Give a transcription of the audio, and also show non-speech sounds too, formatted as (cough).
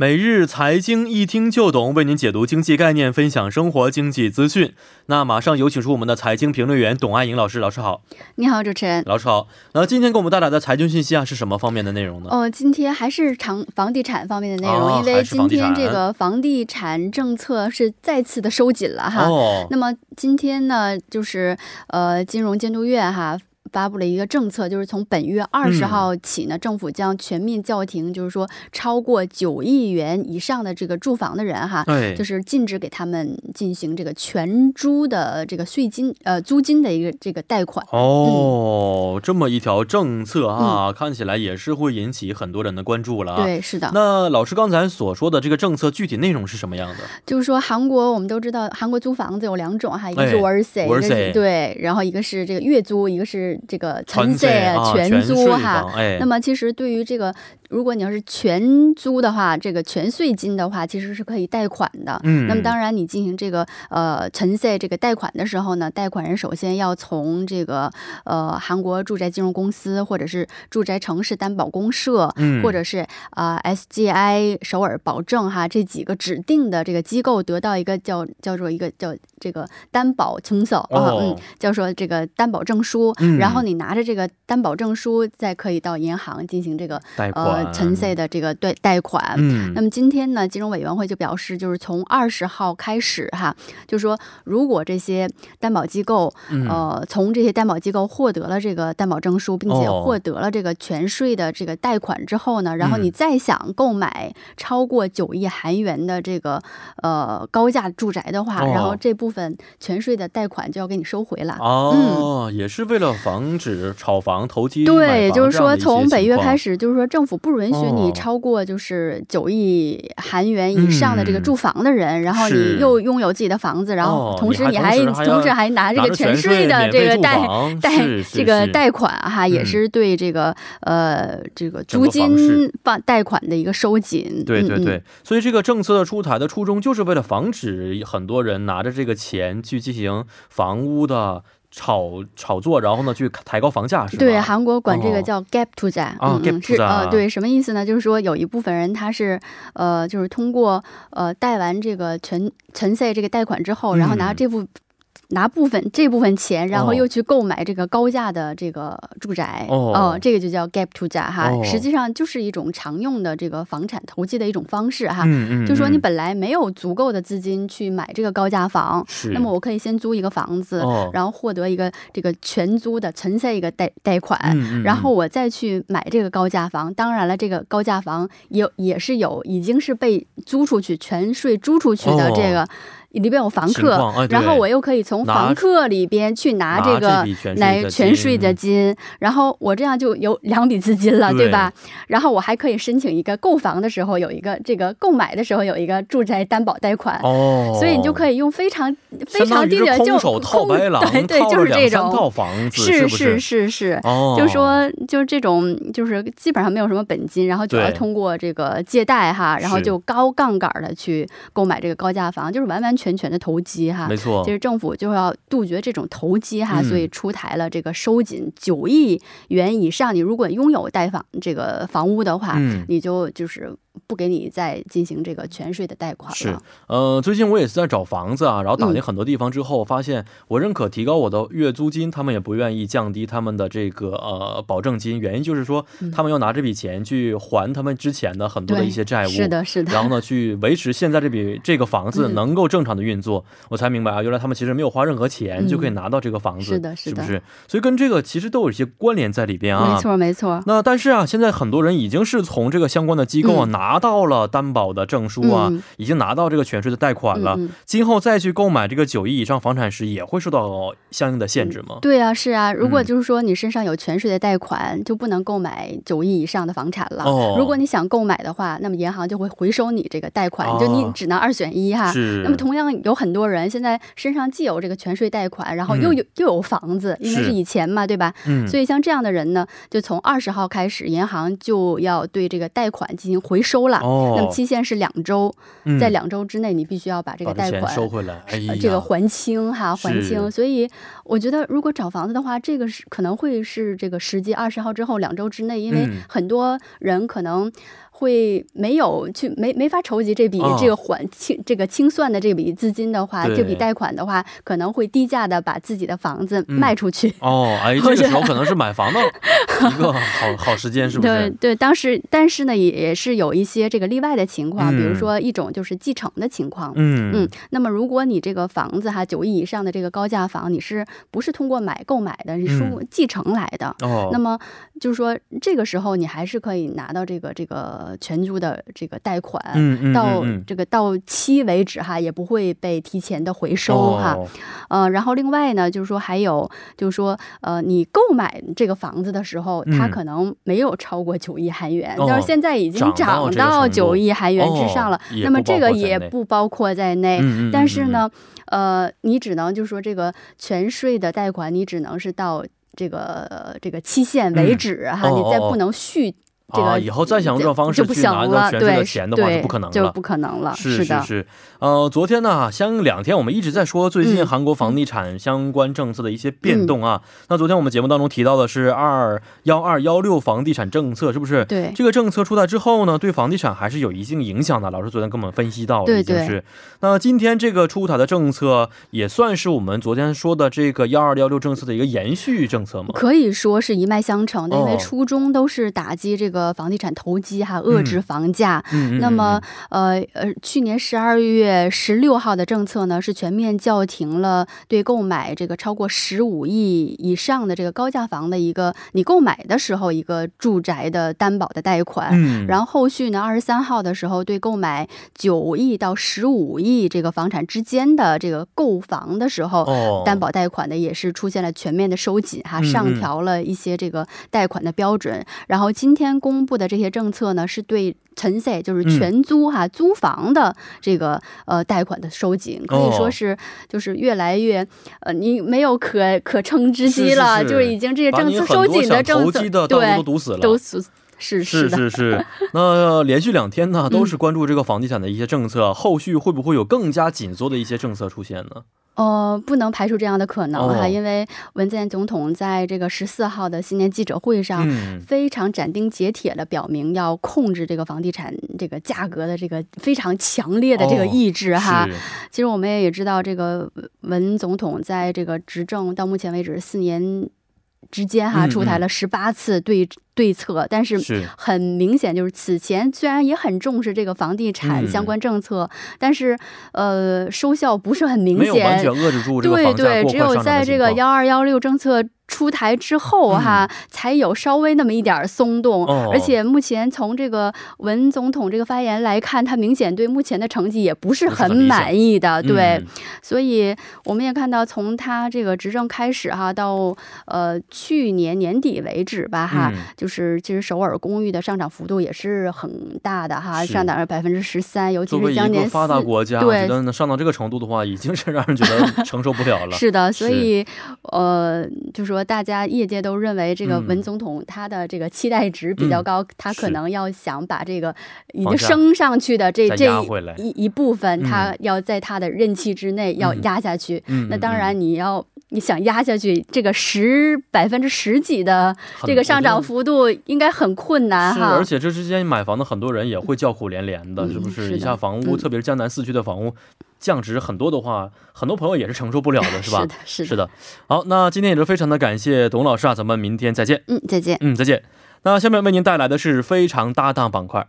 每日财经一听就懂，为您解读经济概念，分享生活经济资讯。那马上有请出我们的财经评论员董爱颖老师，老师好，你好，主持人。老师好。那今天给我们带来的财经信息啊，是什么方面的内容呢？哦，今天还是房房地产方面的内嗯容、哦因为今还是房天地产这个房地产政策是再次的收紧了哈。哦那，么今天呢，就是呃，金融监督院哈。发布了一个政策，就是从本月二十号起呢，政府将全面叫停，就是说超过九亿元以上的这个住房的人哈，嗯对，就是禁止给他们进行这个全租的这个税金呃租金的一个这个贷款。哦，这么一条政策啊、看起来也是会引起很多人的关注了啊。对，是的。那老师刚才所说的这个政策具体内容是什么样的？就是说，韩国我们都知道，韩国租房子有两种哈，一个是哎 월세，、一个 월세 是对，然后一个是这个月租，一个是这个全 세 啊，全全租税哈。房，哎，那么其实对于这个，如果你要是全租的话，这个全税金的话，其实是可以贷款的。嗯那么当然，你进行这个呃存税这个贷款的时候呢，贷款人首先要从这个呃韩国住宅金融公司或者是住宅城市担保公社，嗯或者是啊、呃 SGI 首尔保证哈这几个指定的这个机构得到一个叫叫做一个叫这个担保清扫啊，哦嗯，叫做这个担保证书，嗯然后你拿着这个担保证书，再可以到银行进行这个贷款呃存税的这个贷贷款。嗯那么今天呢，金融委员会就表示，就是从二十号开始哈，就说如果这些担保机构，嗯呃，从这些担保机构获得了这个担保证书，并且哦获得了这个全税的这个贷款之后呢，然后嗯你再想购买超过九亿韩元的这个呃高价住宅的话，哦然后这部分全税的贷款就要给你收回了。哦、也是为了防止炒房、投机对，就是说从本月开始，始，就是说政府不允许哦你超过就是九亿韩元以上的这个嗯住房的人，然后是你又拥有自己的房子，然哦后同时你你还还同时还要同时还拿这拿个着全税税的这个贷贷贷这个贷款啊哈，也嗯是对这个呃这个整租个房市金放贷款的一个收紧。对对嗯嗯对，所以这个政策的出台的初衷就是为了防止很多人拿着这个钱去进行房屋的炒炒作，然后呢去抬高房价，是吧？对，韩国管这哦个叫 gap 투자，啊嗯，gap 嗯，是 투자 呃，对，什么意思呢？就是说有一部分人他是呃，就是通过呃贷完这个存存税这个贷款之后，然后拿嗯这部。拿部分这部分钱，然后哦又去购买这个高价的这个住宅，哦呃这个就叫 gap 투자哈、哦实际上就是一种常用的这个房产投机的一种方式哈。嗯嗯，就说你嗯本来没有足够的资金去买这个高价房，是那么我可以先租一个房子，哦然后获得一个这个全租的存在一个贷贷款。嗯嗯然后我再去买这个高价房，当然了，这个高价房也也是有已经是被租出去、全税租出去的哦这个、里边有房情客况，哎对然后我又可以从拿房客里边去拿拿这个笔全来全税的的金金，然后我这样就有两笔资金了，对对吧？然后我还可以申请一个购房的时候有一个这个购买的时候有一个住宅担保贷款。哦，所以你就以可以用非常非相当常于低是的就空手套空白狼，对对，套就了是这两三套种，房子是不是？是是，哦，就是说就是这种就是基本上没有什么本金，然后就要对通过这个借贷哈，然后是就高杠杆的去购买这个高价房，就是完完全全的投机哈没。错，就是政府就要杜绝这种投机哈，嗯所以出台了这个收紧九亿元以上，你如果拥有贷房这个房屋的话，嗯你就就是不给你再进行这个全税的贷款了。是，呃，最近我也是在找房子啊，然后打嗯听很多地方之后，发现我认可提高我的月租金，他们也不愿意降低他们的这个呃保证金，原因就是说他们要拿这笔钱去还他们之前的很多的嗯对一些债务，是的， (laughs) 是的。然后呢去维持现在这笔这个房子嗯能够正常的运作，我才明白啊，原来他们其实没有花任何钱就可以拿到这个房子，嗯是的是的不是？所以跟这个其实都有一些关联在里边啊，没错，没错。那但是啊，现在很多人已经是从这个相关的机构啊、嗯拿到了担保的证书啊、嗯已经拿到这个全税的贷款了、嗯嗯今后再去购买这个九亿以上房产时，也会受到相应的限制吗？对啊，是啊。如果嗯就是说你身上有全税的贷款，就不能购买九亿以上的房产了。哦如果你想购买的话，那么银行就会回收你这个贷款，哦就你只能二选一哈。是。啊那么同样有很多人现在身上既有这个全税贷款，然后又嗯有、又有房子，因为是是以前嘛，对吧？嗯，所以像这样的人呢，就从二十号开始，银行就要对这个贷款进行回收收了。哦啊那么期限是两周，嗯在两周之内你必须要把这个把贷钱款收回来，哎呀呃，这个还清哈，是还清。所以我觉得，如果找房子的话，这个是可能会是这个时机二十号之后两周之内，因为嗯很多人可能会没有去没没法筹集这笔、哦这个还清这个清算的这笔资金的话，对这笔贷款的话，可能会低价的把自己的房子嗯卖出去。哦，哎，这 (laughs) 我个觉得时候可能是买 (laughs) 房的一个好好时间，是不对是？对，当时但是呢，也也是有一些这个例外的情况，比嗯如说一种就是继承的情况，嗯嗯，那么如果你这个房子哈九亿以上的这个高价房，你是不是通过买购买的，你是嗯继承来的？哦，那么就是说，这个时候你还是可以拿到这个这个全租的这个贷款，嗯嗯到嗯嗯这个到期为止哈，也不会被提前的回收哈。哦呃，然后另外呢，就是说还有就是说，呃，你购买这个房子的时候，嗯它可能没有超过九亿韩元，哦但是现在已经涨到涨这个到程度九亿韩元之上了，哦也那么不包这个括在也内不包括在内。嗯嗯但是呢，呃，你只能就是说这个全税的贷款，你只能是到这个这个期限为嗯止、哈，哦你再哦不能续这个。啊，以后再想用这种方就式不去行拿了，到全税对，的钱的话对是不可能就了不。可能了，是的，是，呃，昨天呢、相应两天我们一直在说最近嗯韩国房地产相关政策的一些变动啊。那昨天我们节目当中提到的是二幺二幺六房地产政策，是不是？对这个政策出台之后呢，对房地产还是有一定影响的。老师昨天跟我们分析到了，对已经对是。那今天这个出台的政策也算是我们昨天说的这个幺二幺六政策的一个延续政策嘛？可以说是一脉相承的，因为哦初衷都是打击这个房地产投机哈，遏制房价。嗯那么，呃呃，去年十二月十六号的政策呢，是全面叫停了对购买这个超过十五亿以上的这个高价房的一个你购买的时候一个住宅的担保的贷款。嗯，然后后后续呢，二十三号的时候，对购买九亿到十五亿这个房产之间的这个购房的时候，哦，担保贷款的也是出现了全面的收紧哈，嗯嗯上调了一些这个贷款的标准。然后今天公布的这些政策呢，是对陈 C 就是全租嗯哈、租房的这个呃贷款的收紧，哦可以说是就是越来越呃你没有可可乘之机了，是是是就是已经这些把政你策很收多紧想的投政策机的道路对都堵死了，都是是是的。是 (laughs) 是，那连续两天呢，都是关注这个房地产的一些政策，后续会不会有更加紧缩的一些政策出现呢？呃，不能排除这样的可能哈，哦因为文在寅总统在这个十四号的新年记者会上，嗯，非常斩钉截铁的表明要控制这个房地产这个价格的这个非常强烈的这个意志哈。哦是，其实我们也知道，这个文总统在这个执政到目前为止四年之间哈，嗯嗯出台了十八次对对策，但是是很明显就是此前虽然也很重视这个房地产嗯相关政策，但是呃收效不是很明没有完显全，遏制住这个对房价对，过只快上有涨在的这情个况。嗯幺二幺六政策出台之后哈，才有稍微那么一点儿松动。哦而且目前从这个文总统这个发言来看，他明显对目前的成绩也不是不是很很理想满意的。对，嗯，所以我们也看到，从他这个执政开始哈，到呃去年年底为止吧哈。嗯就是，其实首尔公寓的上涨幅度也是很大的哈，是上涨了百分之十三，尤其作为是一将个年发达四国家，我对觉得呢上到这个程度的话，已经是让人觉 (laughs) 得承受不了了。是的，所是以呃，就说大家业界都认为这个文嗯总统他的这个期待值比较高，他可是能要想把这个已房经价升上去的这再这压回来一一部分，嗯他要在他的任期之内要嗯压下去。嗯，那嗯当嗯然，你要你想压下去，这个十百分之十几的很这我觉个上涨得幅度应该很困难是，哈。而且这之间买房的很多人也会叫苦连连的，嗯是不是是？的一下房屋，嗯特别是江南四区的房屋降值很多的话，很多朋友也是承受不了的，是吧？是的，是的，是的，好，那今天也是非常的感谢董老师啊，咱们明天再见。嗯，再见。嗯，再见。那下面为您带来的是非常搭档板块。